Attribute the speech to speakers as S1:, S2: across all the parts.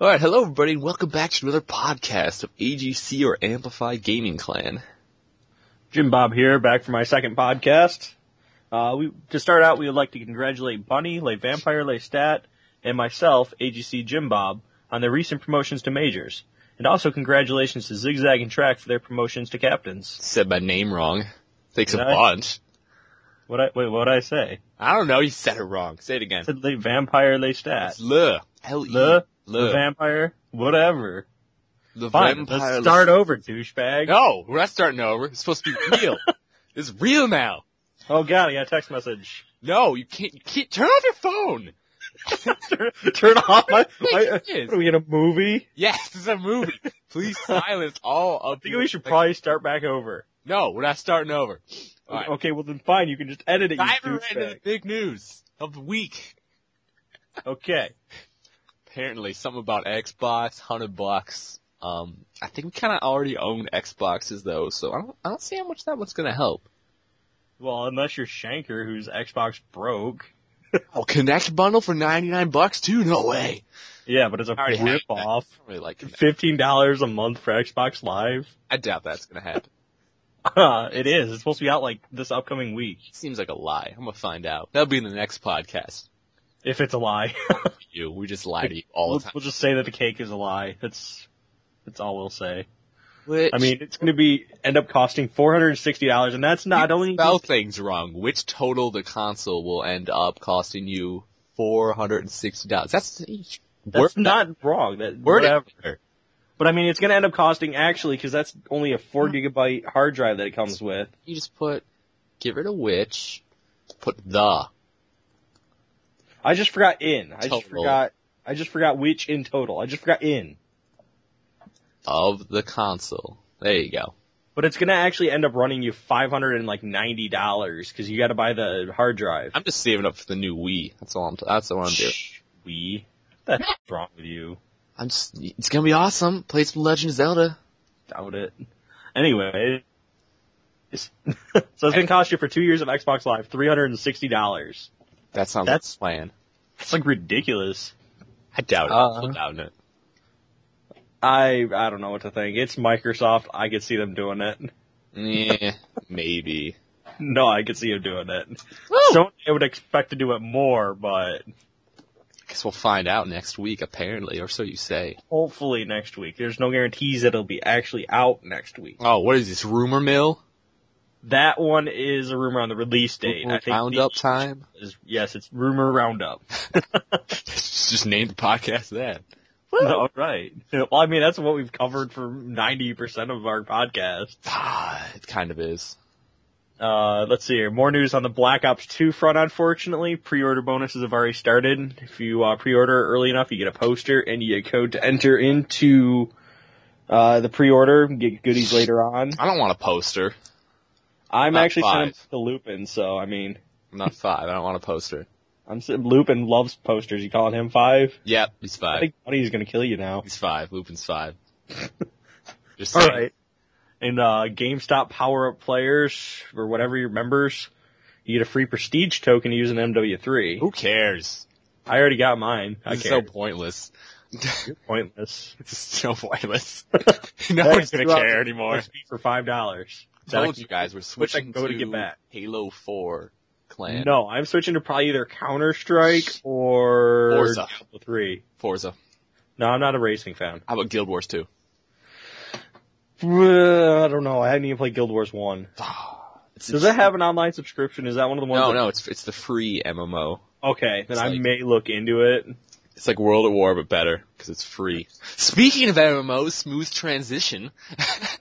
S1: Alright, hello everybody and welcome back to another podcast of AGC or Amplified Gaming Clan.
S2: Jim Bob here, back for my second podcast. Uh, we, to start out, we would like to congratulate Bunny, Lay Vampire, Lay Stat, and myself, AGC Jim Bob, on their recent promotions to majors. And also congratulations to Zigzag and Track for their promotions to captains.
S1: Said my name wrong. Thanks
S2: Did
S1: a
S2: I?
S1: bunch.
S2: What I, wait, what I say?
S1: I don't know, you said it wrong. Say it again.
S2: I said Lay Vampire, Lay Stat.
S1: It's Le. E. L-E.
S2: Le,
S1: Le.
S2: Vampire, whatever.
S1: the
S2: Fine, let's start over, douchebag.
S1: No, we're not starting over. It's supposed to be real. it's real now.
S2: Oh god, I got a text message.
S1: No, you can't, you can't, turn off your phone!
S2: turn, turn off my, my-
S1: Yes.
S2: what are we in a movie?
S1: Yes, this is a movie. Please silence all of
S2: I think we should probably start back over.
S1: No, we're not starting over. Alright.
S2: Okay, well then fine, you can just edit it, you
S1: Dive right into
S2: douchebag.
S1: the big news of the week.
S2: Okay.
S1: apparently something about Xbox, hundred bucks. Um, I think we kind of already own Xboxes though, so I don't, I don't see how much that one's gonna help.
S2: Well, unless you're Shanker, who's Xbox broke.
S1: Oh, Connect bundle for ninety nine bucks too? No way.
S2: Yeah, but it's a
S1: already have
S2: rip off.
S1: I don't really like Kinect.
S2: Fifteen dollars a month for Xbox Live.
S1: I doubt that's gonna happen.
S2: Uh, it is. It's supposed to be out like this upcoming week.
S1: Seems like a lie. I'm gonna find out. That'll be in the next podcast.
S2: If it's a lie,
S1: You, we just lie to you all
S2: we'll,
S1: the time.
S2: we'll just say that the cake is a lie. That's that's all we'll say.
S1: Which,
S2: I mean, it's going to be end up costing four hundred and sixty dollars, and that's not only
S1: spell things wrong. Which total the console will end up costing you four hundred and sixty dollars? That's
S2: that's
S1: worth
S2: not wrong. That
S1: Word it.
S2: whatever. But I mean, it's going to end up costing actually because that's only a four
S1: Hmm.
S2: gigabyte hard drive that it comes with.
S1: you just put get rid of which, put the.
S2: I just forgot in. I just
S1: Total.
S2: forgot. I just forgot which in total. I just forgot in.
S1: of the console. There you go.
S2: But it's gonna actually end up running you five hundred and like ninety dollars because you got to buy the hard drive.
S1: I'm just saving up for the new Wii. That's all I'm. That's what I'm doing.
S2: Shh, we. What the heck's wrong with you?
S1: I'm just. It's gonna be awesome. Play some Legend of Zelda.
S2: Doubt it. Anyway, it's- so it's gonna cost you for two years of Xbox Live three hundred and sixty dollars.
S1: That sounds.
S2: That's-
S1: like a plan.
S2: That's like ridiculous.
S1: I doubt it.
S2: Uh-huh.
S1: I doubt it.
S2: I I don't know what to think. It's Microsoft. I could see them doing it.
S1: Yeah, Eh, maybe.
S2: No, I could see them doing it.
S1: Woo!
S2: Sony, I would expect to do it more, but
S1: Guess we'll find out next week, apparently, or so you say.
S2: hopefully next week. There's no guarantees that it'll be actually out next week.
S1: Oh, what is this rumor mill?
S2: That one is a rumor on the release date.
S1: Rumor
S2: I think
S1: roundup
S2: the-
S1: time.
S2: Is, yes, it's rumor roundup.
S1: just name the podcast that.
S2: All right. Well, I mean, that's what we've covered for 90% of our podcast.
S1: Ah, it kind of is.
S2: Uh, let's see here. More news on the Black Ops 2 front, unfortunately. Pre-order bonuses have already started. If you uh, pre-order early enough, you get a poster and you get a code to enter into uh, the pre-order and get goodies later on.
S1: I don't want a poster.
S2: I'm
S1: Not
S2: actually kind
S1: five.
S2: of to Lupin, so I mean,
S1: I'm not five. I don't want a poster.
S2: I'm si- Lupin loves posters. You calling him five?
S1: Yep, he's
S2: I
S1: five.
S2: think Bunny's gonna kill you now.
S1: He's five. Lupin's five. Just
S2: All
S1: saying.
S2: right. And uh GameStop power up players or whatever your members, you get a free prestige token using MW3.
S1: Who cares?
S2: I already got mine. I
S1: It's
S2: care.
S1: so pointless.
S2: pointless.
S1: It's so pointless. no one's gonna care anymore.
S2: Must be For five dollars.
S1: Told you guys we're
S2: Which I
S1: switching
S2: can go to get back.
S1: Halo 4 clan.
S2: No, I'm switching to probably either Counter Strike or
S1: Forza.
S2: Diablo 3.
S1: Forza.
S2: No, I'm not a racing fan.
S1: How about Guild Wars 2?
S2: Uh, I don't know. I haven't even played Guild Wars 1.
S1: It's
S2: Does that have an online subscription? Is that one of the ones?
S1: No,
S2: that-
S1: no, it's it's the free MMO.
S2: Okay, then
S1: It's
S2: I
S1: like-
S2: may look into it.
S1: It's like World at War but better because it's free. Speaking of MMOs, smooth transition.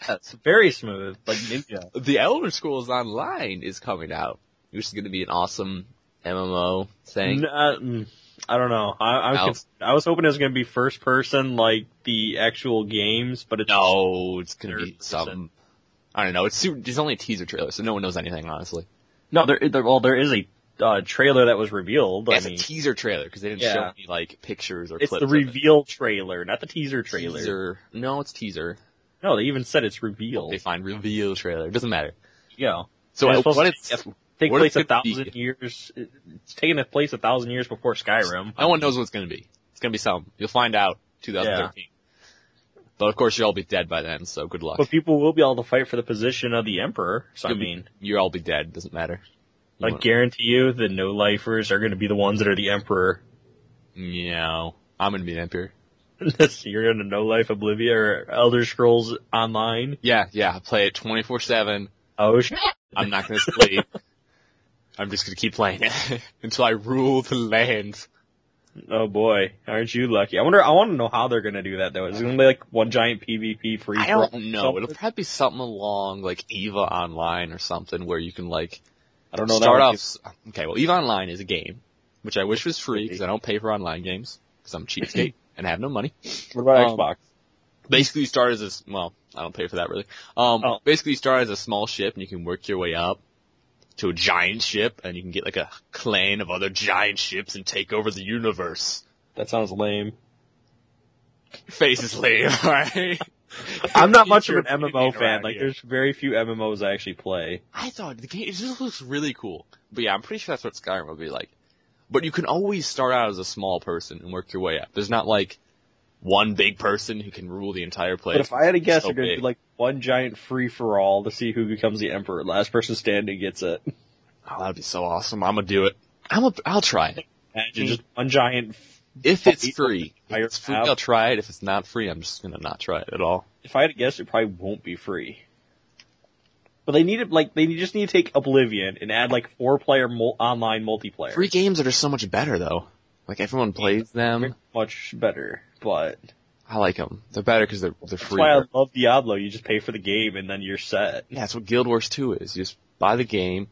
S2: That's very smooth, uh, like Ninja.
S1: the Elder Scrolls Online is coming out, which is gonna be an awesome MMO thing.
S2: N- uh, mm, I don't know. I, I'm
S1: No.
S2: cons- I was hoping it was going to be first person, like the actual games, but it's
S1: No, it's gonna be
S2: 30%.
S1: something. I don't know. It's super, there's only a teaser trailer, so no one knows anything, honestly.
S2: no. There, there, well, there is a uh, trailer that was revealed. I
S1: It's a
S2: mean,
S1: teaser trailer because they didn't show
S2: Yeah.
S1: any like pictures or
S2: it's
S1: clips.
S2: the
S1: of it.
S2: reveal trailer, not the teaser trailer.
S1: Teaser. No, it's teaser.
S2: No, they even said it's reveal.
S1: They find reveal trailer. It doesn't matter.
S2: yeah,
S1: So I,
S2: It's supposed
S1: what
S2: to
S1: it's,
S2: take
S1: What if
S2: place a
S1: it be-
S2: thousand years. It's taking place a thousand years before Skyrim.
S1: no one knows what it's gonna be. It's gonna be something. You'll find out. 2013. But of course, you'll all be dead by then, so good luck.
S2: But people will be able to fight for the position of the emperor. So I mean,
S1: You'll all be dead. Doesn't matter. You
S2: I
S1: won't-
S2: guarantee you the no lifers are going to be the ones that are the emperor.
S1: No, I'm gonna be an emperor.
S2: That's- You're going to no life Oblivia or Elder Scrolls Online.
S1: Yeah, yeah. I play it 24 seven.
S2: Oh sh-
S1: I'm not gonna sleep. I'm just gonna keep playing it until I rule the land.
S2: Oh boy, aren't you lucky? I wonder. I want to know how they're going to do that though. Is it going to be like one giant PvP free?
S1: I
S2: for all?
S1: don't know. It'll probably be something along like Eva Online or something where you can like
S2: I don't know. that
S1: start
S2: would
S1: off. s- Okay, well, Eve Online is a game which I wish was free because I don't pay for online games because I'm a cheapskate and have no money.
S2: be- What about
S1: um,
S2: Xbox?
S1: Basically, you start as a s- well. I don't pay for that really. Um,
S2: Oh.
S1: basically, you start as a small ship and you can work your way up to a giant ship and you can get like a clan of other giant ships and take over the universe.
S2: That sounds lame.
S1: Face is lame, alright?
S2: I'm not much of
S1: Your
S2: an MMO
S1: opinion
S2: fan.
S1: around
S2: Like,
S1: here.
S2: there's very few MMOs I actually play.
S1: I thought the game it just looks really cool. But yeah, I'm pretty sure that's what Skyrim will be like. But you can always start out as a small person and work your way up. There's not like one big person who can rule the entire place.
S2: But if I had to guess,
S1: so
S2: they're going to do
S1: big.
S2: like one giant free for all to see who becomes the emperor. Last person standing gets it.
S1: oh, that'd be so awesome. I'm gonna do it. I'm a, I'll try it.
S2: Imagine just one giant.
S1: If it's free. If
S2: Entire
S1: it's free,
S2: map.
S1: I'll try it. If it's not free, I'm just gonna not try it at all.
S2: If I had to guess, it probably won't be free. But they need it like they just need to take Oblivion and add like four player mul- online multiplayer.
S1: Free games that are so much better though. Like everyone plays them.
S2: much better, but
S1: I like them. They're better because they're they're
S2: that's
S1: free.
S2: why I love Diablo. You just pay for the game and then you're set.
S1: Yeah, that's what Guild Wars 2 is. You just buy the game.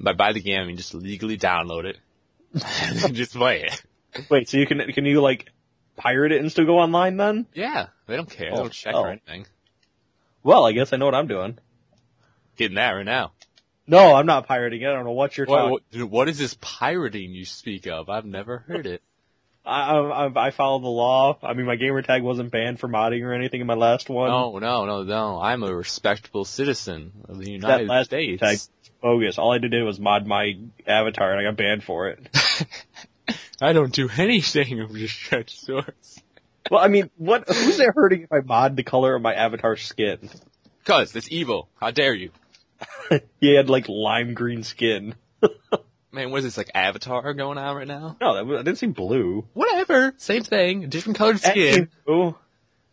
S1: By buy the game, I mean just legally download it. and then just play it.
S2: Wait, so you can can you like pirate it and still go online then?
S1: Yeah, they don't care.
S2: Oh,
S1: they don't check
S2: oh.
S1: or anything.
S2: Well, I guess I know what I'm doing.
S1: Getting that right now.
S2: No, I'm not pirating it. I don't know what you're
S1: What,
S2: talking.
S1: what, dude, what is this pirating you speak of? I've never heard it.
S2: I, I I- I follow the law. I mean, my gamer tag wasn't banned for modding or anything in my last one.
S1: No, no, no, no. I'm a respectable citizen of the
S2: that
S1: United
S2: last
S1: States.
S2: tag bogus. All I did was mod my avatar and I got banned for it.
S1: I don't do anything of just stretch swords.
S2: well, I mean, what? Who's it hurting if I mod the color of my avatar's skin?
S1: Cause it's evil. How dare you?
S2: He had like lime green skin.
S1: Man, what is this, like Avatar going on right now?
S2: No, that was, I didn't see blue.
S1: Whatever. Same thing. Different colored skin.
S2: Anywho,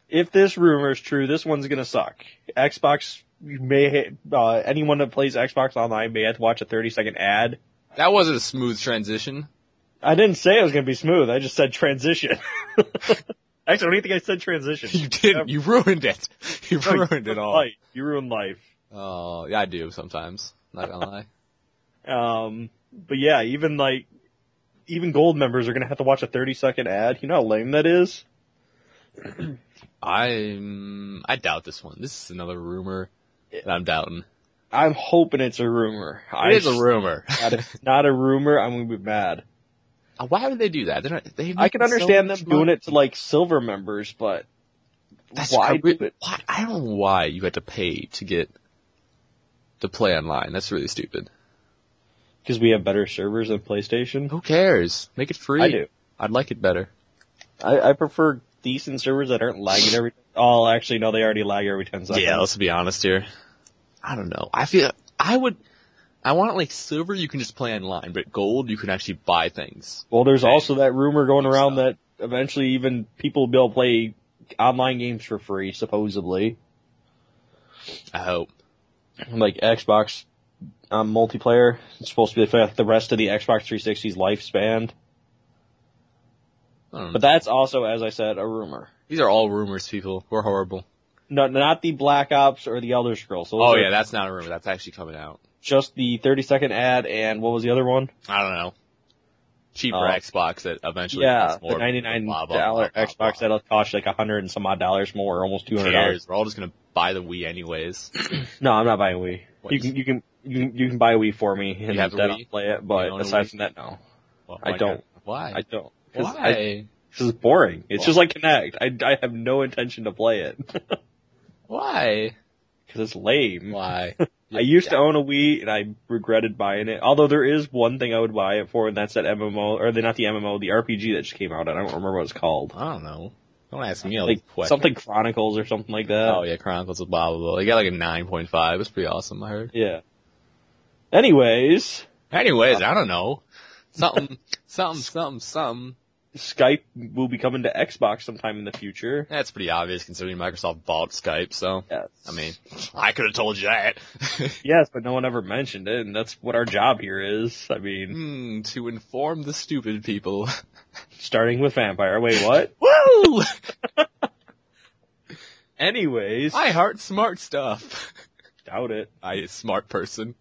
S2: if this rumor is true, this one's gonna suck. Xbox you may ha- uh, anyone that plays Xbox Online may have to watch a 30 second ad.
S1: That wasn't a smooth transition.
S2: I didn't say it was gonna be smooth. I just said transition. Actually, I don't even think I said transition.
S1: You didn't. You ruined it. You
S2: No,
S1: ruined it all.
S2: Life. You ruined life.
S1: Oh, yeah, I do sometimes. Not gonna lie.
S2: Um, but yeah, even like, even gold members are gonna have to watch a 30 second ad. You know how lame that is?
S1: I'm. I doubt this one. This is another rumor that I'm doubting.
S2: I'm hoping it's a rumor. I
S1: It is
S2: just-
S1: a rumor.
S2: God, if it's not a rumor, I'm gonna be mad.
S1: Why would they do that? They're not, they
S2: I can understand them doing it to like silver members, but why
S1: why,
S2: do it?
S1: why? I don't know why you had to pay to get to play online. That's really stupid.
S2: Because we have better servers than PlayStation.
S1: Who cares? Make it free.
S2: I do.
S1: I'd like it better.
S2: I, I prefer decent servers that aren't lagging every. Oh, actually, no, they already lag every ten seconds.
S1: Yeah, let's be honest here. I don't know. I feel I would. I want like silver. You can just play online, but gold you can actually buy things.
S2: Well, there's
S1: Okay.
S2: also that rumor going around
S1: So-
S2: that eventually even people will be able to play online games for free, supposedly,
S1: I hope.
S2: like Xbox um, multiplayer. It's supposed to be like the rest of the Xbox 360's lifespan,
S1: I don't know.
S2: but that's also, as I said, a rumor.
S1: These are all rumors, people. We're horrible.
S2: No, not the Black Ops or the Elder Scrolls. Those
S1: Oh
S2: are
S1: yeah, that's not a rumor. That's actually coming out.
S2: just the 30 second ad and what was the other one?
S1: I don't know. Cheaper
S2: Oh.
S1: Xbox that eventually
S2: yeah,
S1: costs
S2: the
S1: more.
S2: 99
S1: blah, blah,
S2: dollar
S1: blah, blah,
S2: Xbox that'll cost you like 100 and some odd dollars more, or almost
S1: blah.
S2: 200
S1: Who
S2: dollars.
S1: cares? We're all just gonna buy the Wii anyways.
S2: No, I'm not buying a Wii.
S1: What?
S2: You can you can you can you can buy a Wii for me and
S1: You have a
S2: then I'll
S1: Wii?
S2: play
S1: You
S2: it. But
S1: own a
S2: aside
S1: Wii?
S2: from that, no,
S1: Well,
S2: I
S1: Oh my
S2: don't.
S1: God. Why?
S2: I don't. 'Cause I-
S1: Why?
S2: This is boring. It's
S1: Why?
S2: just like Connect. I, I have no intention to play it because
S1: Why?
S2: it's lame.
S1: Why?
S2: I used to own a Wii and I regretted buying it. Although there is one thing I would buy it for, and that's that MMO or the not the MMO, the RPG that just came out. I don't remember what it's called.
S1: I don't know. Don't ask me all
S2: Like
S1: these questions.
S2: something Chronicles or something like that.
S1: Oh yeah, Chronicles of blah blah blah. They got like a 9.5. It's pretty awesome. I heard.
S2: yeah. Anyways,
S1: Anyways, I don't know. Something, something, something, something.
S2: Skype will be coming to Xbox sometime in the future.
S1: That's pretty obvious considering Microsoft bought Skype. So
S2: Yes.
S1: I mean, I could have told you that.
S2: Yes, but no one ever mentioned it, and that's what our job here is. I mean,
S1: Hmm, to inform the stupid people.
S2: starting with Vampire. Wait, what?
S1: Woo!
S2: Anyways,
S1: I heart smart stuff.
S2: doubt it.
S1: I a smart person.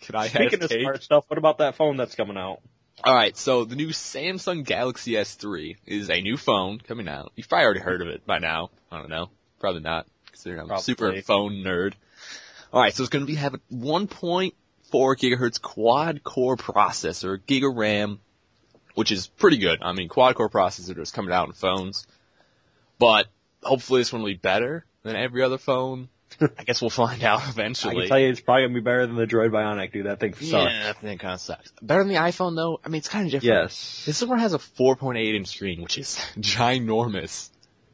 S1: Can I
S2: Speaking
S1: have
S2: of
S1: cake?
S2: smart stuff, what about that phone that's coming out?
S1: All right, so the new Samsung Galaxy S3 is a new phone coming out. You've probably already heard of it by now. I don't know. Probably not, considering I'm a
S2: Probably.
S1: super phone nerd. All right, so it's going to be have a 1.4 gigahertz quad core processor, giga RAM, which is pretty good. I mean, quad core processor is coming out in phones, but hopefully this one will be better than every other phone. I guess we'll find out
S2: I
S1: eventually.
S2: can tell you, it's probably gonna be better than the Droid Bionic, dude. That thing sucks.
S1: yeah, that thing kind of sucks. Better than the iPhone though. I mean, it's kind of different.
S2: Yes,
S1: This one has a 4.8 inch screen, which is ginormous.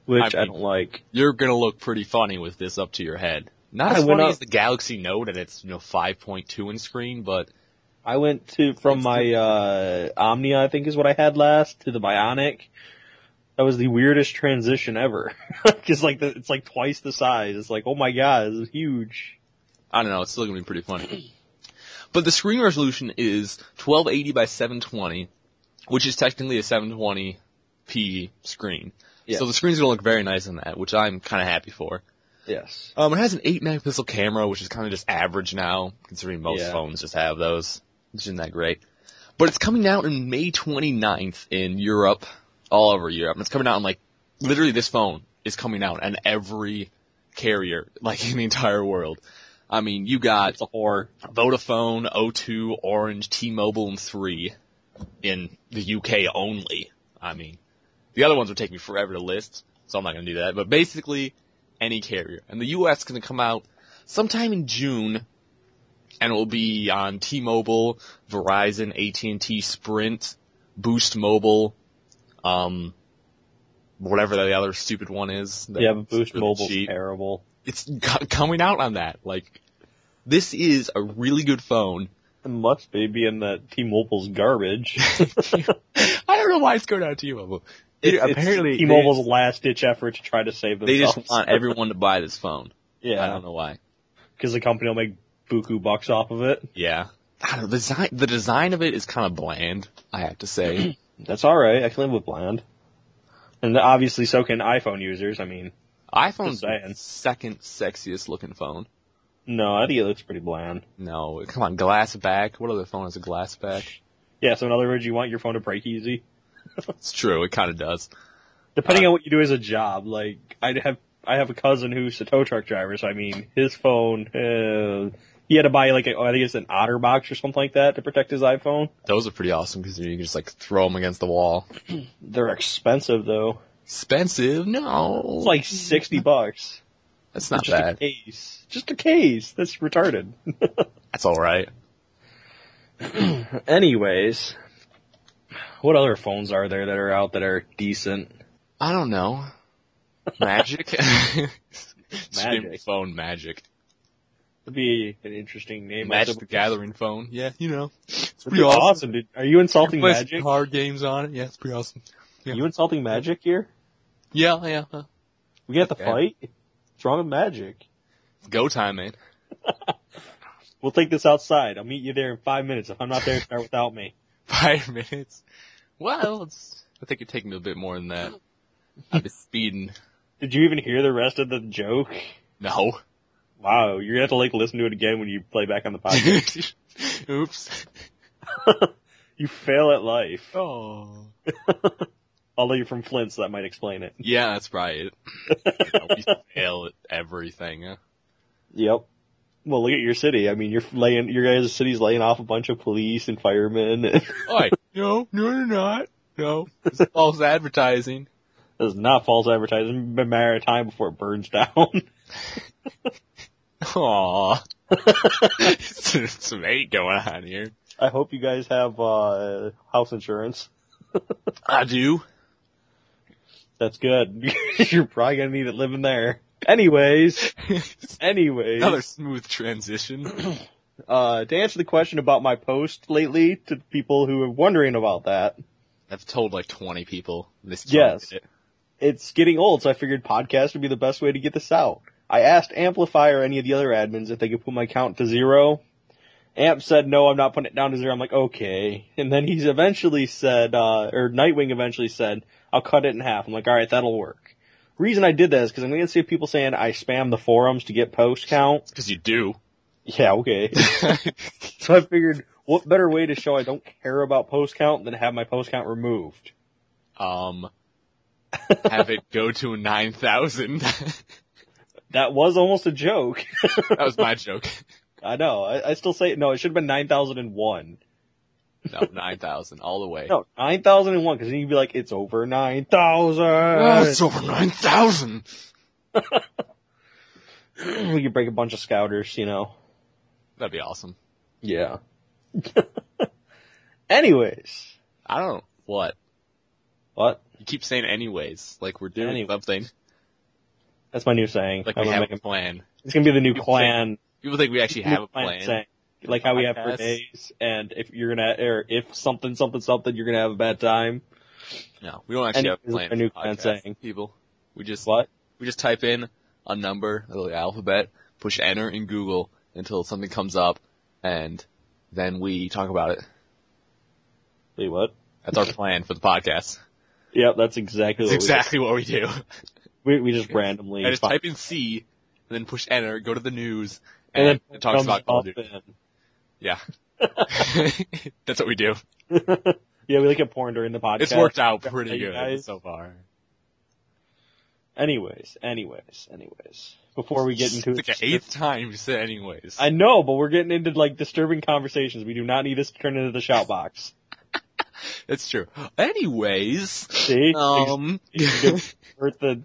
S2: which
S1: I
S2: I,
S1: mean-
S2: don't like.
S1: You're gonna look pretty funny with this up to your head. Not
S2: I
S1: as
S2: went
S1: funny
S2: up-
S1: as the Galaxy Note and its, you know, 5.2 inch screen, but
S2: I went to from my uh Omnia, I think is what I had last, to the Bionic. That was the weirdest transition ever. Because like the, it's like twice the size. It's like, oh my god, this is huge.
S1: I don't know, it's still gonna be pretty funny. But the screen resolution is 1280 by 720, which is technically a 720p screen.
S2: Yeah.
S1: So the screen's gonna look very nice on that, which I'm kinda happy for.
S2: Yes.
S1: Um, it has an 8 megapixel camera, which is kind of just average now, considering most
S2: Yeah.
S1: phones just have those. Which isn't that great. But it's coming out on May 29th in Europe, all over Europe. And it's coming out on like, literally this phone is coming out on every carrier, like in the entire world. I mean, you got
S2: It's a whore.
S1: Vodafone, O2, Orange, T-Mobile, and 3 in the UK only. I mean, the other ones would take me forever to list, so I'm not gonna do that. But basically, any carrier. And the US is gonna come out sometime in June, and it will be on T-Mobile, Verizon, AT&T, Sprint, Boost Mobile, um, whatever the other stupid one is. that-
S2: Yeah, but Boost
S1: really
S2: Mobile's
S1: cheap
S2: terrible.
S1: it's co- coming out on that. Like, this is a really good phone.
S2: It must be being that T-Mobile's garbage.
S1: I don't know why it's going out to you, Mobile.
S2: It- it's
S1: apparently,
S2: T-Mobile's last ditch effort to try to save
S1: they, they
S2: themselves.
S1: just want everyone to buy this phone. I
S2: yeah,
S1: don't know why.
S2: because the company will make buku bucks off of it.
S1: Yeah. I don't know, the design, the design of it is kind of bland, I have to say.
S2: That's all right. I can live with bland. And obviously, so can iPhone users. I mean,
S1: iPhone's
S2: Just saying.
S1: the second sexiest looking phone.
S2: no, I think it looks pretty bland.
S1: No, come on, glass back. What other phone has a glass back?
S2: Yeah. So in other words, you want your phone to break easy.
S1: It's true, it kind of does.
S2: Depending on what you do as a job, like I have, I have a cousin who's a tow truck driver. So I mean, his phone, uh, he had to buy like a, oh, I think it's an OtterBox or something like that to protect his iPhone.
S1: Those are pretty awesome because you can just like throw them against the wall.
S2: They're expensive though.
S1: Expensive? No.
S2: It's like sixty bucks.
S1: that's Mm-hmm. not
S2: just
S1: bad.
S2: a case. Just a case. That's retarded.
S1: That's alright.
S2: Anyways, what other phones are there that are out that are decent?
S1: I don't know. Magic?
S2: Magic.
S1: Magic. phone magic.
S2: Would be an interesting name. I
S1: Magic the
S2: suppose.
S1: Gathering phone. Yeah, you know. It's
S2: That'd be awesome. dude. Are you insulting
S1: Play some
S2: Magic?
S1: Card games on it. Yeah, it's pretty awesome.
S2: Are you insulting Magic here?
S1: Yeah, yeah. huh.
S2: We got
S1: Okay.
S2: the fight. What's wrong with Magic?
S1: Go time, man.
S2: We'll take this outside. I'll meet you there in five minutes. If I'm not there, start without me.
S1: Five minutes. Well, it's, I think it take me a bit more than that. I've been speeding.
S2: Did you even hear the rest of the joke?
S1: No.
S2: Wow, you're gonna have to like listen to it again when you play back on the podcast.
S1: Oops.
S2: you fail at life.
S1: Oh.
S2: Although you're from Flint, so that might explain it.
S1: Yeah, that's probably it. You know, we fail at everything. Huh?
S2: Yep. Well, look at your city. I mean, you're laying, your guys' city's laying off a bunch of police and firemen.
S1: Oi. No, no, you're not. No. It's false advertising.
S2: That's not false advertising. It's been a matter of time before it burns down.
S1: Aww. Some hate going on here.
S2: I hope you guys have, uh, house insurance.
S1: I do.
S2: That's good. You're probably gonna need it living there. Anyways, anyways.
S1: Another smooth transition.
S2: uh, to answer the question about my post lately to people who are wondering about that,
S1: I've told like 20 people this.
S2: Yes.
S1: time.
S2: it's getting old, so I figured podcast would be the best way to get this out. I asked Amplify or any of the other admins if they could put my count to zero. Amp said, no, I'm not putting it down to zero. I'm like, okay. And then he's eventually said, uh, or Nightwing eventually said, I'll cut it in half. I'm like, alright, that'll work. Reason I did that is because I'm going to see people saying I spam the forums to get post count.
S1: Cause you do.
S2: Yeah, okay. So I figured, what better way to show I don't care about post count than have my post count removed?
S1: um, have it go to 9,000. that
S2: That was almost a joke.
S1: was my joke.
S2: I know. I, I still say no. It should have been nine thousand and one.
S1: No, 9,000 all the way.
S2: No, nine thousand and one. Because then you'd be like, it's over nine thousand.
S1: Ah, it's over 9,000!
S2: we could break a bunch of scouters, you know.
S1: That'd be awesome.
S2: Yeah. Anyways,
S1: I don't, what?
S2: what?
S1: You keep saying anyways, like we're doing
S2: Anyway.
S1: something,
S2: That's my new saying.
S1: like
S2: I'm
S1: we
S2: gonna
S1: have
S2: make
S1: a
S2: it-
S1: plan.
S2: it's gonna be the new
S1: People
S2: clan.
S1: People think we actually have
S2: new
S1: a plan.
S2: saying. Like how we have for
S1: Podcast.
S2: days, and if you're gonna, or if something, something, something, you're gonna have a bad time.
S1: No, we don't actually have a
S2: Anyways,
S1: plan.
S2: a new
S1: for
S2: clan
S1: podcasts,
S2: saying.
S1: People, we just
S2: What?
S1: we just type in a number, a little alphabet, push enter in Google until something comes up, and then we talk about it.
S2: Wait, what?
S1: That's our plan for the podcast.
S2: Yep, that's exactly
S1: That's
S2: what
S1: exactly what we do.
S2: we, we just randomly
S1: I just
S2: find-
S1: type in C, and then push enter, go to the news,
S2: and
S1: and,
S2: then
S1: it talks
S2: comes
S1: about Call of
S2: up
S1: Duty.
S2: in.
S1: Yeah. That's what we do.
S2: yeah, we look at porn during the podcast.
S1: It's worked out
S2: Yeah,
S1: pretty
S2: you
S1: good
S2: guys.
S1: so far.
S2: Anyways, anyways, anyways. Before we get into
S1: It's like the eighth time you said anyways.
S2: I know, but we're getting into like disturbing conversations. We do not need this to turn into the shout box.
S1: It's true. Anyways,
S2: See?
S1: um,
S2: You can convert the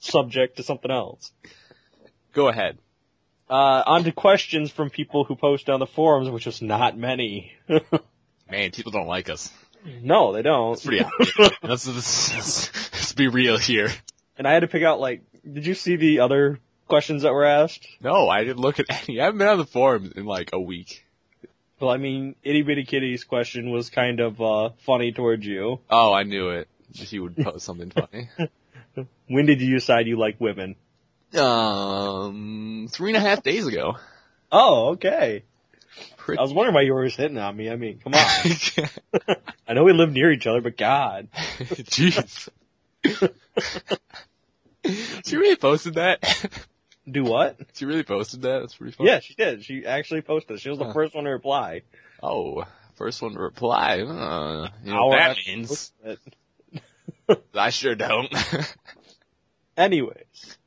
S2: subject to something else.
S1: go ahead.
S2: Uh, on to questions from people who post on the forums, which is not many.
S1: Man, people don't like us.
S2: no, they don't.
S1: It's pretty obvious. let's, let's, let's, let's be real here.
S2: and I had to pick out like, did you see the other questions that were asked?
S1: No, I didn't look at any. I haven't been on the forums in like a week.
S2: Well, I mean, itty bitty kitty's question was kind of uh, funny towards you.
S1: Oh, I knew it. He would post something funny.
S2: When did you decide you like women?
S1: Um, three and a half days ago.
S2: Oh, okay.
S1: Pretty-
S2: I was wondering why you were always hitting on me. I mean, come on. I know we live near each other, but God.
S1: Jeez. she really posted that?
S2: Do what?
S1: she really posted that? That's pretty funny.
S2: Yeah, she did. She actually posted. She was the
S1: Huh.
S2: first one to reply.
S1: Oh, first one to reply. Uh, you know
S2: Hour
S1: what that
S2: after
S1: means.
S2: But
S1: I sure don't.
S2: anyways,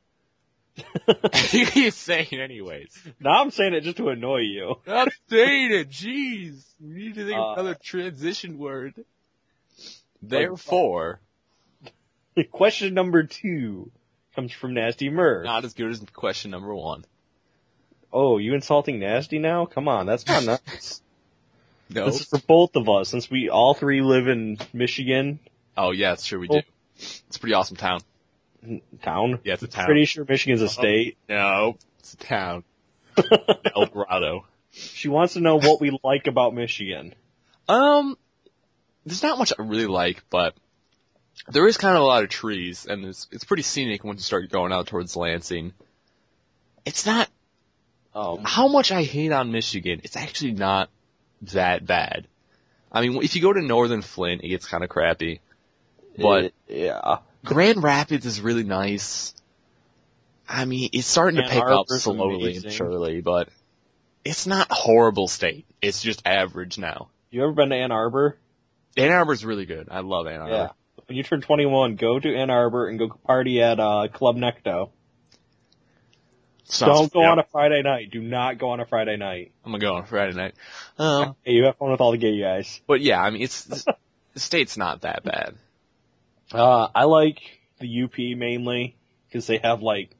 S1: you keep saying anyways.
S2: now I'm saying it just to annoy you.
S1: Updated, jeez. We need to think
S2: Uh,
S1: of another transition word. Therefore,
S2: Question number two comes from Nasty Murr.
S1: not as good as question number one.
S2: Oh, you insulting Nasty now? Come on, that's not nice.
S1: No.
S2: this is for both of us, since we all three live in Michigan
S1: Oh yeah, sure we do. It's a pretty awesome town.
S2: town.
S1: Yeah, it's a town.
S2: Pretty sure Michigan's a
S1: Uh-huh.
S2: state.
S1: No, it's a town. El Dorado.
S2: She wants to know what we like about Michigan.
S1: Um, there's not much I really like, but there is kind of a lot of trees, and it's it's pretty scenic once you start going out towards Lansing. It's not
S2: Um,
S1: how much I hate on Michigan. It's actually not that bad. I mean, if you go to northern Flint, it gets kind of crappy. But
S2: yeah,
S1: Grand Rapids is really nice. I mean, it's starting to
S2: Ann
S1: pick up
S2: Arbor's
S1: slowly
S2: amazing.
S1: and surely, but it's not horrible state. It's just average now.
S2: you ever been to Ann Arbor?
S1: Ann Arbor's really good. I love Ann Arbor.
S2: Yeah. When you turn 21, go to Ann Arbor and go party at uh, Club Necto.
S1: Sounds-
S2: Don't go
S1: yeah,
S2: on a Friday night. Do not go on a Friday night.
S1: I'm gonna go on Friday night. Um,
S2: Hey, you have fun with all the gay guys.
S1: but yeah, I mean, it's, it's the state's not that bad.
S2: Uh, I like the UP mainly because they have like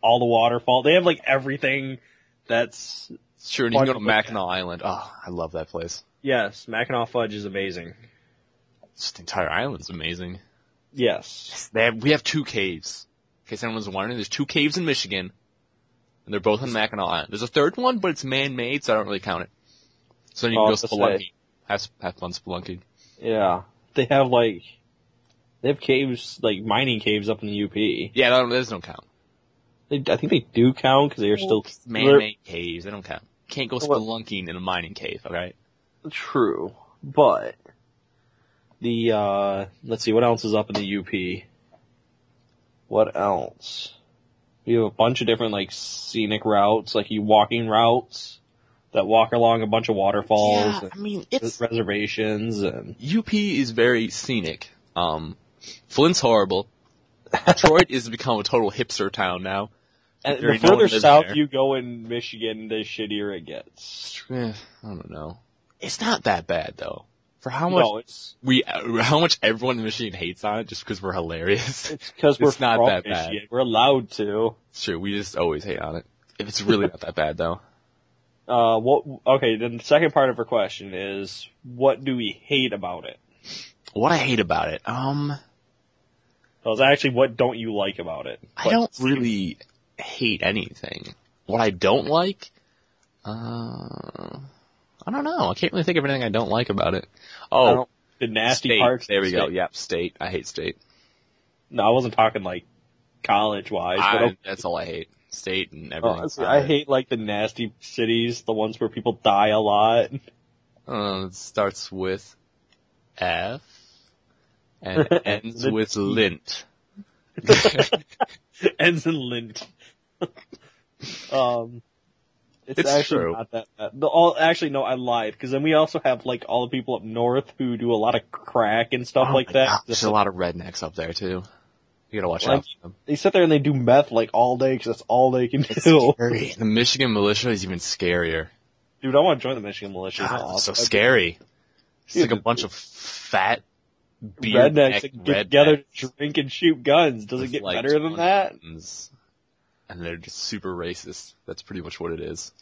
S2: all the waterfall. They have like everything. That's
S1: Sure, and you can go to
S2: Fun to look
S1: Mackinac Island. Oh, I love that place.
S2: yes, Mackinac fudge is amazing.
S1: Just the entire island's amazing.
S2: Yes.
S1: They have, we have two caves. In case anyone's wondering, there's two caves in Michigan, and they're both on Mackinac Island. There's a third one, but it's man-made, so I don't really count it. So then you can
S2: Oh,
S1: go
S2: to say.
S1: spelunking. Have, have fun spelunking.
S2: Yeah. They have like, they have caves, like mining caves up in the UP.
S1: Yeah, that, that doesn't count.
S2: They, I think they do count because they are still
S1: Man-made caves, they don't count. Can't go
S2: Well-
S1: spelunking in a mining cave, alright?
S2: True, but the uh let's see what else is up in the UP. What else? We have a bunch of different like scenic routes, like you walking routes that walk along a bunch of waterfalls
S1: I mean,
S2: and
S1: it's,
S2: reservations and
S1: UP is very scenic. Um, Flint's horrible. Detroit is become a total hipster town now.
S2: and
S1: There
S2: the
S1: ain't no one
S2: further
S1: lives
S2: south
S1: there.
S2: you go in Michigan, the shittier it gets.
S1: Eh, I don't know. It's not that bad though. For how much
S2: No, it's
S1: we, how much everyone in Michigan hates on it just because we're hilarious.
S2: it's because we're
S1: It's not
S2: from
S1: that bad.
S2: Michigan. We're allowed to.
S1: It's true. We just always hate on it. If it's really not that bad though.
S2: Uh, what? Okay, then the second part of her question is, what do we hate about it?
S1: What I hate about it, um,
S2: That was actually what don't you like about it?
S1: I
S2: But-
S1: don't really hate anything. What I don't like, uh, I don't know. I can't really think of anything I don't like about it.
S2: I
S1: Oh,
S2: don't- the nasty
S1: state.
S2: parts.
S1: There we go.
S2: State-
S1: Yep, state. I hate state.
S2: No, I wasn't talking like college wise,
S1: I-
S2: but okay.
S1: that's all I hate. State and everything.
S2: Uh, see, I hate like the nasty cities, the ones where people die a lot.
S1: Uh, it starts with F and ends with lint.
S2: Ends in lint. um, it's,
S1: It's
S2: actually
S1: true.
S2: not that bad. The, all, actually, no, I lied because then we also have like all the people up north who do a lot of crack and stuff
S1: Oh
S2: like
S1: my
S2: that.
S1: God,
S2: Just-
S1: there's a lot of rednecks up there too. You gotta watch
S2: Like-
S1: out for them.
S2: they sit there and they do meth like all day because that's all they can do.
S1: Scary. The Michigan militia is even scarier.
S2: Dude, I want to join the Michigan militia. It's
S1: God, it's so
S2: awesome.
S1: scary. It's
S2: Dude,
S1: like a
S2: the-
S1: bunch of fat beard
S2: rednecks that
S1: neck
S2: get
S1: rednecks
S2: together to drink and shoot guns. Does it
S1: with,
S2: get
S1: like,
S2: better than that?
S1: guns. And they're just super racist. That's pretty much what it is.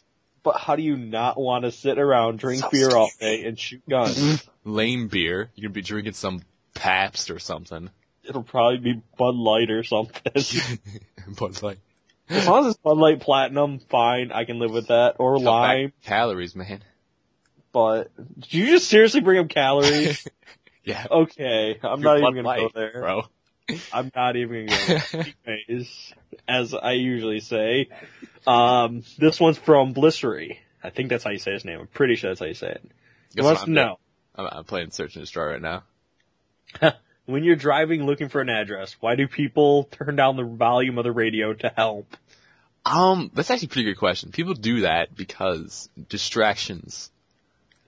S2: But how do you not want to sit around, drink
S1: So Mm-hmm.
S2: beer all day, and shoot guns?
S1: Lame beer. You could be drinking some Pabst or something.
S2: It'll probably be Bud Light or something. as
S1: but it's like
S2: long as it's Bud Light Platinum, fine, I can live with that. Or
S1: cut back
S2: lime,
S1: calories, man.
S2: but did you just seriously bring up calories?
S1: Yeah,
S2: okay, I'm
S1: Dude,
S2: not even
S1: Bud
S2: gonna go
S1: Light,
S2: there.
S1: bro.
S2: I'm not even gonna go there. Anyways, as I usually say. Um, this one's from Blissery. I think that's how you say his name. I'm pretty sure that's how you say it. He
S1: Guess
S2: wants
S1: what
S2: to
S1: I'm
S2: know.
S1: doing? I'm, I'm playing Search and Destroy right now.
S2: When you're driving looking for an address, why do people turn down the volume of the radio to help?
S1: Um, that's actually a pretty good question. People do that because distractions.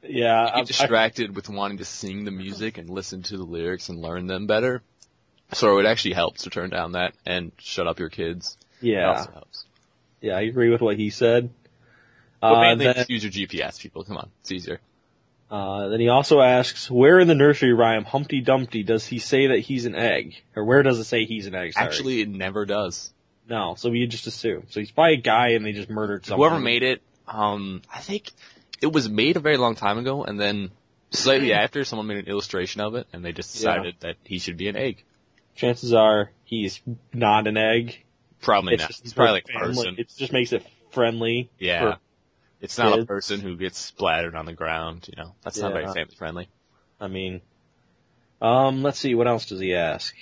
S2: Yeah,
S1: You
S2: Um, I,
S1: get distracted with wanting to sing the music and listen to the lyrics and learn them better. So it actually helps to turn down that and shut up your kids. It
S2: yeah,
S1: also helps.
S2: yeah, I agree with what he said.
S1: But
S2: Uh,
S1: mainly
S2: then,
S1: just use your GPS, people. Come on, it's easier.
S2: uh, then he also asks, where in the nursery rhyme Humpty Dumpty does he say that he's an egg? Or where does it say he's an egg? Sorry.
S1: Actually, it never does.
S2: no. So we just assume. So he's probably a guy and they just murdered someone.
S1: Whoever made it, um, I think it was made a very long time ago, and then slightly after, someone made an illustration of it, and they just
S2: Yeah.
S1: decided that he should be an egg.
S2: chances are he's not an egg.
S1: Probably
S2: it's
S1: not.
S2: just
S1: It's probably like a
S2: family-
S1: person.
S2: It just makes it friendly.
S1: Yeah.
S2: for-
S1: It's not a
S2: kids.
S1: person who gets splattered on the ground, you know. That's not very
S2: Yeah.
S1: family friendly.
S2: I mean, um, let's see, what else does he ask?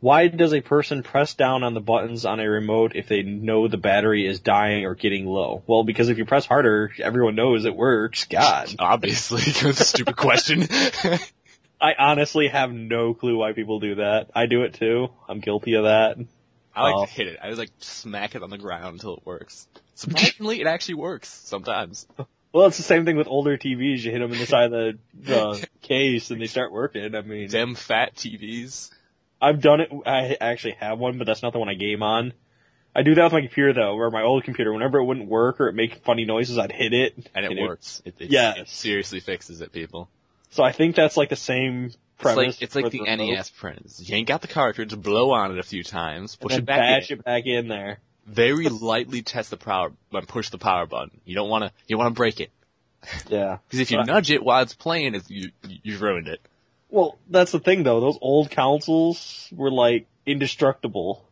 S2: Why does a person press down on the buttons on a remote if they know the battery is dying or getting low? Well, because if you press harder, everyone knows it works. God.
S1: Obviously, 'cause it's a stupid question.
S2: I honestly have no clue why people do that. I do it too. I'm guilty of that.
S1: I like
S2: Oh.
S1: to hit it. I just like smack it on the ground until it works. Surprisingly, it actually works sometimes.
S2: Well, it's the same thing with older TVs. You hit them in the side of the, the case and they start working. I mean,
S1: Them fat TVs.
S2: I've done it. I actually have one, but that's not the one I game on. I do that with my computer though, or my old computer. Whenever it wouldn't work or it make funny noises, I'd hit it.
S1: And it
S2: And it-
S1: works. It, it,
S2: Yes.
S1: it seriously fixes it, people.
S2: So I think that's like the same
S1: It's
S2: premise.
S1: like, it's like
S2: for
S1: the E
S2: remote.
S1: NES prints. Yank out the cartridge, blow on it a few times,
S2: And
S1: push
S2: then
S1: it back in.
S2: bash it back in there.
S1: Very lightly test the power, push the power button. You don't wanna, you wanna break it.
S2: Yeah.
S1: Cause if you
S2: Right.
S1: nudge it while it's playing, it's, you, you've ruined it.
S2: Well, that's the thing though. Those old consoles were like indestructible.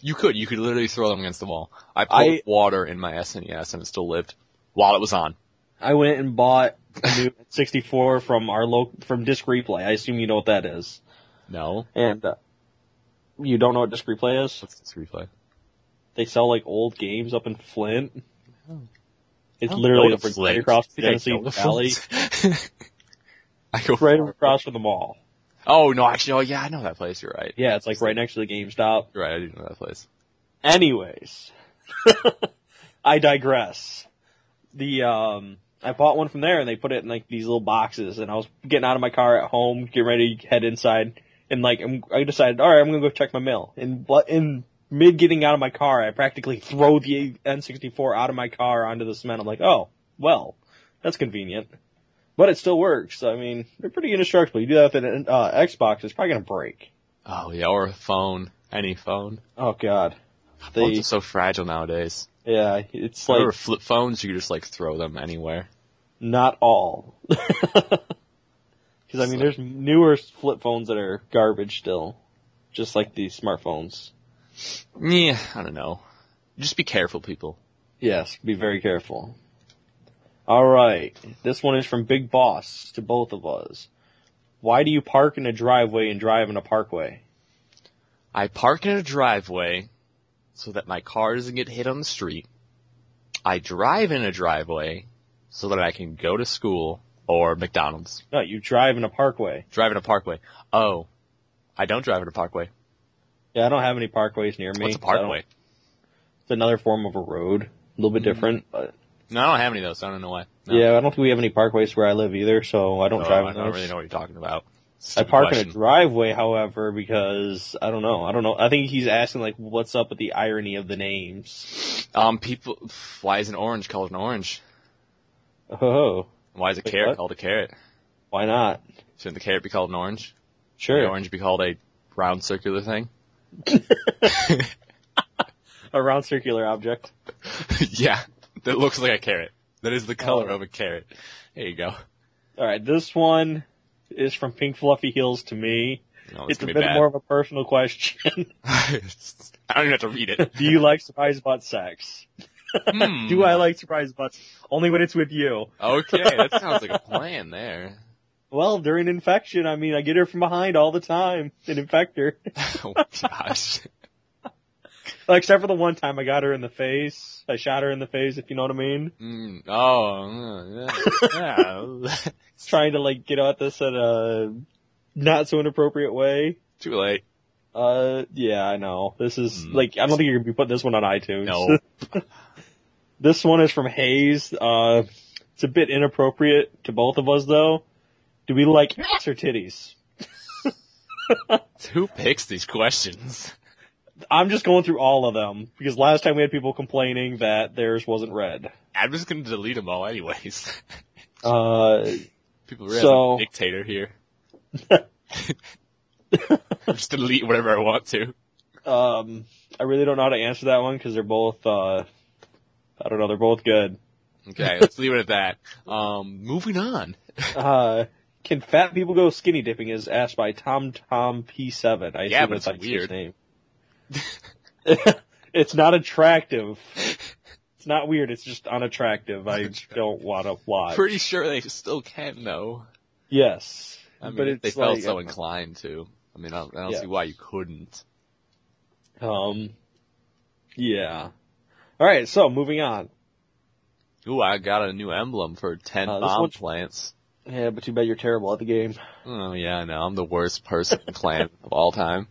S1: You could. You could literally throw them against the wall. I poured
S2: I-
S1: water in my SNES and it still lived while it was on.
S2: I went and bought a new 64 from our local from Disc Replay. I assume you know what that is.
S1: No.
S2: And uh, you don't know what Disc Replay is?
S1: What's this replay?
S2: They sell like old games up in Flint.
S1: Oh.
S2: It's
S1: I don't
S2: literally
S1: know
S2: up
S1: the
S2: in- right
S1: Flint.
S2: across the
S1: Did I
S2: Tennessee
S1: know the
S2: Valley,
S1: Flint? I go
S2: right
S1: far.
S2: across from the mall.
S1: Oh no, actually, oh yeah, I know that place. You're right.
S2: Yeah, it's like right next to the GameStop.
S1: You're right. I do know that place.
S2: Anyways, I digress. The um, I bought one from there, and they put it in like these little boxes. And I was getting out of my car at home, getting ready to head inside, and like I'm, I decided, all right, I'm gonna go check my mail. And bl- in mid getting out of my car, I practically throw the N64 out of my car onto the cement. I'm like, oh well, that's convenient. But it still works. I mean, they're pretty indestructible. You do that with an uh, Xbox, it's probably gonna break.
S1: Oh yeah, or a phone. Any phone.
S2: Oh god.
S1: Phones
S2: They-
S1: are so fragile nowadays.
S2: Yeah, it's
S1: Like,
S2: like
S1: or flip phones, you could just like throw them anywhere.
S2: Not all. Because I mean, there's newer flip phones that are garbage still, just like these smartphones.
S1: Yeah, I don't know. Just be careful, people.
S2: Yes, be very careful. All right, this one is from Big Boss to both of us. Why do you park in a driveway and drive in a parkway?
S1: I park in a driveway so that my car doesn't get hit on the street. I drive in a driveway so that I can go to school or McDonald's.
S2: No, you drive in a parkway.
S1: Drive in a parkway. Oh, I don't drive in a parkway.
S2: Yeah, I don't have any parkways near me.
S1: What's a
S2: so I don't-
S1: parkway?
S2: It's another form of a road, a little bit different. But
S1: No, I don't have any of those. so I don't know why. No.
S2: yeah, I don't think we have any parkways where I live either, so I don't
S1: No,
S2: drive
S1: I
S2: in
S1: don't
S2: those.
S1: really know what you're talking about.
S2: I
S1: Stupid
S2: park in a
S1: question.
S2: driveway, however, because I don't know. I don't know. I think he's asking like, what's up with the irony of the names?
S1: Um, people. Why is an orange called an orange?
S2: Oh,
S1: Why is a
S2: Wait,
S1: carrot
S2: what?
S1: called a carrot?
S2: why not?
S1: Shouldn't the carrot be called an orange? Should The
S2: Sure.
S1: orange be called a round circular thing?
S2: A round circular object.
S1: yeah, that looks like a carrot. That is the color
S2: Oh.
S1: of a carrot. There you go.
S2: All right, this one is from Pink Fluffy Heels to me.
S1: No,
S2: It's,
S1: Oh, it's,
S2: a
S1: gonna
S2: bit
S1: be bad.
S2: more of a personal question.
S1: I don't even have to read it.
S2: Do you like surprise butt sex?
S1: Hmm.
S2: Do I like surprise butts? Only when it's with you.
S1: Okay, that sounds like a plan there.
S2: Well, during infection, I mean, I get her from behind all the time and infect her.
S1: Oh gosh.
S2: Except for the one time I got her in the face. I shot her in the face, if you know what I mean.
S1: Mm, oh, yeah, yeah.
S2: trying to like get at this in a not so inappropriate way.
S1: Too late.
S2: Uh, yeah, I know. This is
S1: Hmm.
S2: like I don't think you're gonna be putting this one on iTunes.
S1: No.
S2: this one is from Hayes. Uh, it's a bit inappropriate to both of us though. Do we like ass or titties?
S1: Who picks these questions?
S2: I'm just going through all of them because last time we had people complaining that theirs wasn't read.
S1: I'm just gonna delete them all anyways.
S2: Uh,
S1: People really
S2: So-
S1: have a dictator here. just delete whatever I want to.
S2: um, I really don't know how to answer that one because they're both. Uh, I don't know. They're both good.
S1: Okay, let's leave it at that. Um, moving on.
S2: Uh, can fat people go skinny dipping? Is asked by Tom Tom P7. I
S1: Yeah,
S2: assume
S1: but it's
S2: that's his
S1: weird.
S2: name. it's not attractive. It's not weird. It's just unattractive. I don't want to lie.
S1: Pretty sure they still can though.
S2: yes,
S1: I mean,
S2: but
S1: if
S2: it's
S1: they felt
S2: like, uh,
S1: so inclined to. I mean, I don't, I don't
S2: Yeah.
S1: see why you couldn't.
S2: um, yeah. All right, so moving on.
S1: Ooh, I got a new emblem for 10
S2: Uh, this
S1: bomb
S2: one-
S1: plants.
S2: Yeah, but too bad you're terrible at the game.
S1: Oh yeah, I know. I'm the worst person in clan of all time.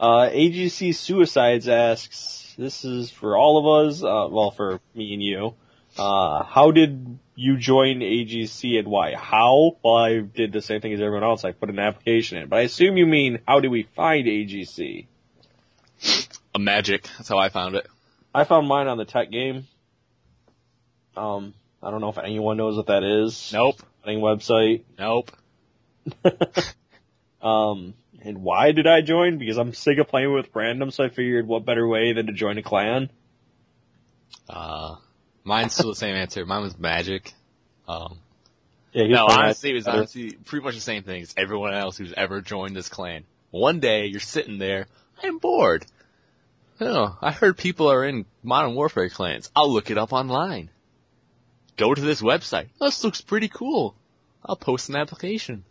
S2: Uh, AGC Suicides asks, this is for all of us, uh, well, for me and you. Uh, how did you join AGC and why? How? Well, I did the same thing as everyone else. I put an application in, but I assume you mean how did we find AGC?
S1: A magic. That's how I found it.
S2: I found mine on the tech game. Um, I don't know if anyone knows what that is.
S1: Nope.
S2: Any website.
S1: Nope.
S2: Um, and why did I join? Because I'm sick of playing with random, so I figured what better way than to join a clan?
S1: Uh, mine's still the same answer. Mine was magic. Um,
S2: Yeah, he was
S1: No,
S2: playing
S1: honestly, it was
S2: better.
S1: honestly pretty much the same thing as everyone else who's ever joined this clan. One day, you're sitting there, I'm bored. Oh, I heard people are in Modern Warfare clans. I'll look it up online. Go to this website. This looks pretty cool. I'll post an application.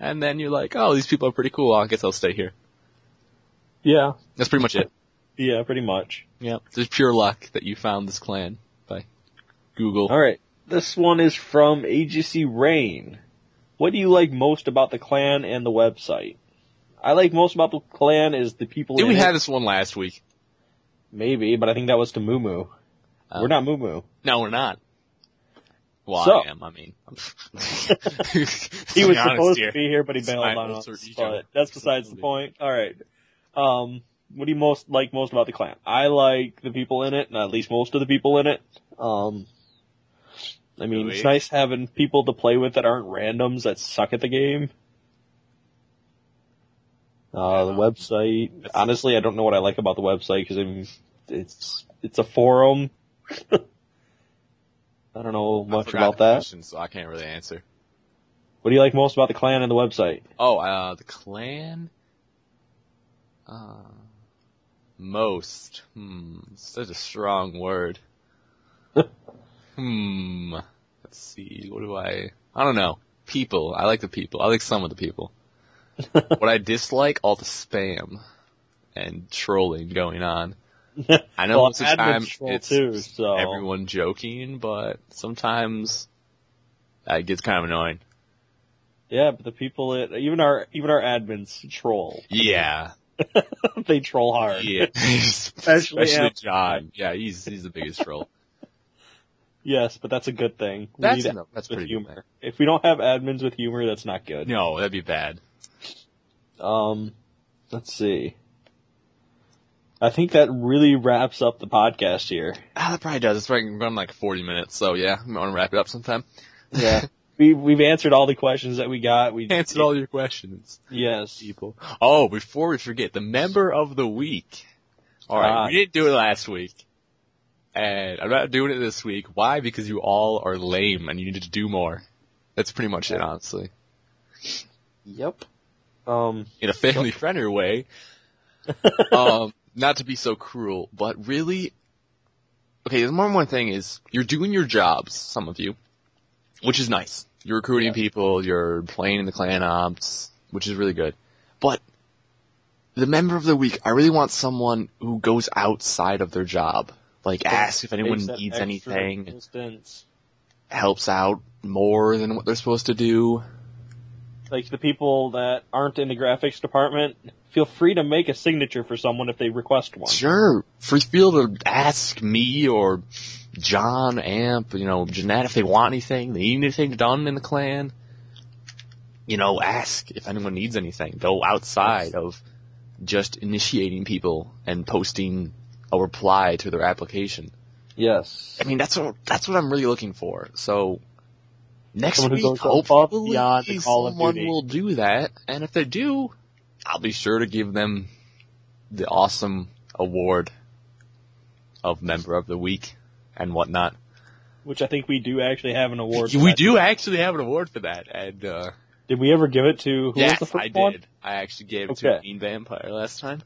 S1: And then you're like, oh, these people are pretty cool. I guess I'll stay here.
S2: Yeah,
S1: That's pretty much it.
S2: yeah, pretty much.
S1: Yeah. It's just pure luck that you found this clan by Google.
S2: All right, this one is from AGC Rain. What do you like most about the clan and the website? I like most about the clan is the people.
S1: Did
S2: in
S1: we
S2: it.
S1: have this one last week?
S2: Maybe, but I think that was to Moo Moo.
S1: Uh,
S2: We're not Moo Moo.
S1: No, we're not. Well,
S2: So-
S1: I am. I mean,
S2: He
S1: he
S2: was supposed to be here, but he
S1: It's
S2: bailed
S1: my
S2: on us.
S1: alter ego.
S2: But that's besides the point. All right. Um, what do you most like most about the clan? I like the people in it, and at least most of the people in it. Um, I mean,
S1: Really?
S2: it's nice having people to play with that aren't randoms that suck at the game. Uh, the
S1: Yeah.
S2: website.
S1: That's-
S2: Honestly, I don't know what I like about the website because I'm, it's it's a forum. I don't know much about that.
S1: Question, so I can't really answer.
S2: What do you like most about the clan and the website?
S1: Oh, uh, the clan. Uh, most. Hmm. Such a strong word. hmm. Let's see. What do I? I don't know. People. I like the people. I like some of the people. what I dislike, all the spam and trolling going on. I know
S2: Well,
S1: most of the
S2: admin's
S1: time
S2: troll
S1: it's
S2: too, so-
S1: everyone joking, but sometimes that gets kind of annoying.
S2: Yeah, but the people that even our even our admins troll.
S1: Yeah,
S2: they troll hard.
S1: yeah, especially,
S2: after-
S1: John. Yeah, he's he's the biggest troll.
S2: Yes, but that's a good thing. We
S1: That's
S2: need
S1: no, that's
S2: admins with
S1: pretty
S2: humor. If we don't have admins with humor, that's not
S1: Bad.
S2: good.
S1: No, that'd be bad.
S2: Um, let's see. I think that really wraps up the podcast here.
S1: Ah, that probably does. It's right. We're on like 40 minutes, so yeah, I'm gonna wrap it up sometime.
S2: Yeah, we we've answered all the questions that we got. We
S1: Answered all your questions.
S2: Yes.
S1: people. Oh, before we forget, the member of the week. Alright,
S2: Ah.
S1: we didn't do it last week. And I'm not doing it this week. Why? Because you all are lame and you need to do more. That's pretty much it, honestly.
S2: Yep. Um.
S1: In a family friendly way, um, not to be so cruel, but really, okay, the more one thing is, you're doing your jobs, some of you, which is nice. You're recruiting
S2: Yeah.
S1: people, you're playing in the clan ops, which is really good. But, the member of the week, I really want someone who goes outside of their job. Like, asks if anyone
S2: Makes that
S1: needs
S2: extra
S1: anything,
S2: assistance.
S1: helps out more than what they're supposed to do.
S2: like the people that aren't in the graphics department, feel free to make a signature for someone if they request one.
S1: Sure. Free field to ask me or John, Amp, you know, Jeanette if they want anything, they need anything done in the clan. You know, ask if anyone needs anything. Go outside of just initiating people and posting a reply to their application.
S2: Yes.
S1: I mean, that's what, that's what I'm really looking for. So next
S2: Someone who
S1: week,
S2: goes above and
S1: hopefully
S2: beyond the Call of
S1: someone
S2: Duty.
S1: will do that. And if they do, I'll be sure to give them the awesome award of member of the week and whatnot.
S2: Which I think we do actually have an award. for
S1: We
S2: that.
S1: do actually have an award for that. And, uh,
S2: Did we ever give it to who was
S1: yes,
S2: the first
S1: I
S2: one?
S1: did. I actually gave it to
S2: Okay.
S1: Mean Vampire last time.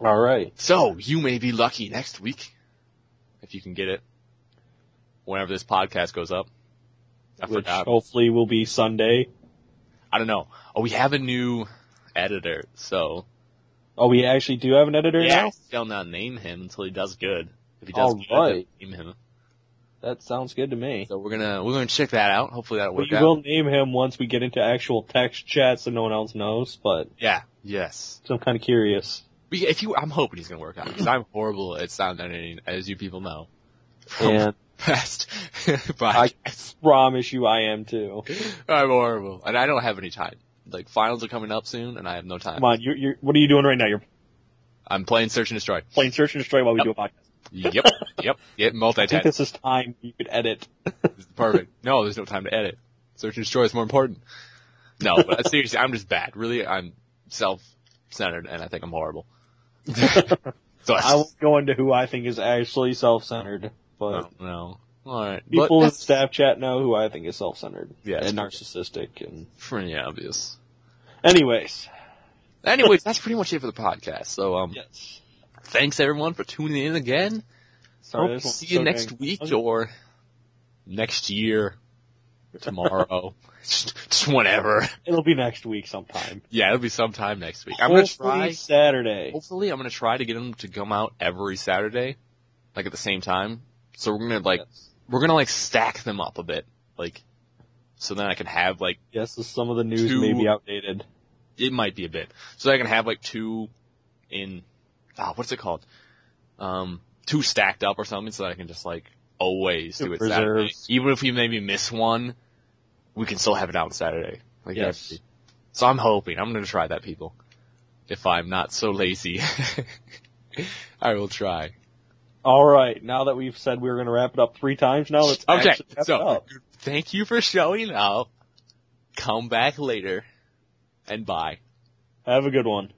S2: All right.
S1: So you may be lucky next week if you can get it whenever this podcast goes up. I
S2: Which
S1: forgot.
S2: hopefully will be Sunday.
S1: I don't know. Oh, we have a new editor, so
S2: Oh, we actually do have an editor
S1: yeah,
S2: now?
S1: I shall not name him until he does good. If he does
S2: All
S1: good, I'll
S2: right.
S1: name him.
S2: That sounds good to me.
S1: So we're gonna we're gonna check that out. Hopefully that'll
S2: We
S1: work out.
S2: will name him once we get into actual text chat so no one else knows, but
S1: Yeah. Yes.
S2: so I'm kind of curious.
S1: We, if you, I'm hoping he's gonna work out because I'm horrible at sound editing, as you people know. From
S2: And
S1: past
S2: I
S1: podcasts,
S2: promise you I am too.
S1: I'm horrible, and I don't have any time. Like finals are coming up soon, and I have no time.
S2: Come on, you're, you're, what are you doing right now? You're
S1: I'm playing Search and Destroy.
S2: playing Search and Destroy while we
S1: Yep.
S2: do a podcast.
S1: Yep. yep. Yep.
S2: I think
S1: Multitasking.
S2: this is time you could edit.
S1: This is perfect. No, there's no time to edit. Search and destroy is more important. No, but seriously, I'm just bad. Really, I'm self-centered and I think I'm horrible. so
S2: I
S1: I,
S2: won't go into who I think is actually self-centered, but
S1: Oh. don't know. Alright.
S2: People in
S1: but
S2: staff chat know who I think is self-centered
S1: Yeah, it's
S2: and
S1: pretty-
S2: narcissistic. And
S1: that's pretty obvious.
S2: anyways,
S1: Anyways, that's pretty much it for the podcast. So um
S2: yes.
S1: thanks everyone for tuning in again.
S2: Sorry,
S1: Hope
S2: this
S1: to
S2: one's
S1: see you
S2: so
S1: next
S2: dang
S1: week
S2: long.
S1: or next year, tomorrow, just, just whenever.
S2: It'll be next week sometime.
S1: Yeah, it'll be sometime next week. I'm gonna
S2: Hopefully
S1: try.
S2: Saturday.
S1: Hopefully, I'm gonna try to get them to come out every Saturday, like at the same time. So we're gonna like
S2: Yes.
S1: we're gonna like stack them up a bit, like so then I can have like
S2: Yes, so some of the news
S1: Two-
S2: may be outdated.
S1: it might be a bit, so I can have like two in ah what's it called, um two stacked up or something, so that I can just like always
S2: Two
S1: do it Saturday.
S2: reserves.
S1: Even if we maybe miss one, we can still have it out on Saturday. Like
S2: Yes.
S1: every- So I'm hoping I'm gonna try that, people. If I'm not so lazy, I will try.
S2: All right, now that we've said we were going to wrap it up three times, now let's
S1: Okay,
S2: actually wrap it
S1: so
S2: up.
S1: thank you for showing up. Come back later and bye.
S2: Have a good one.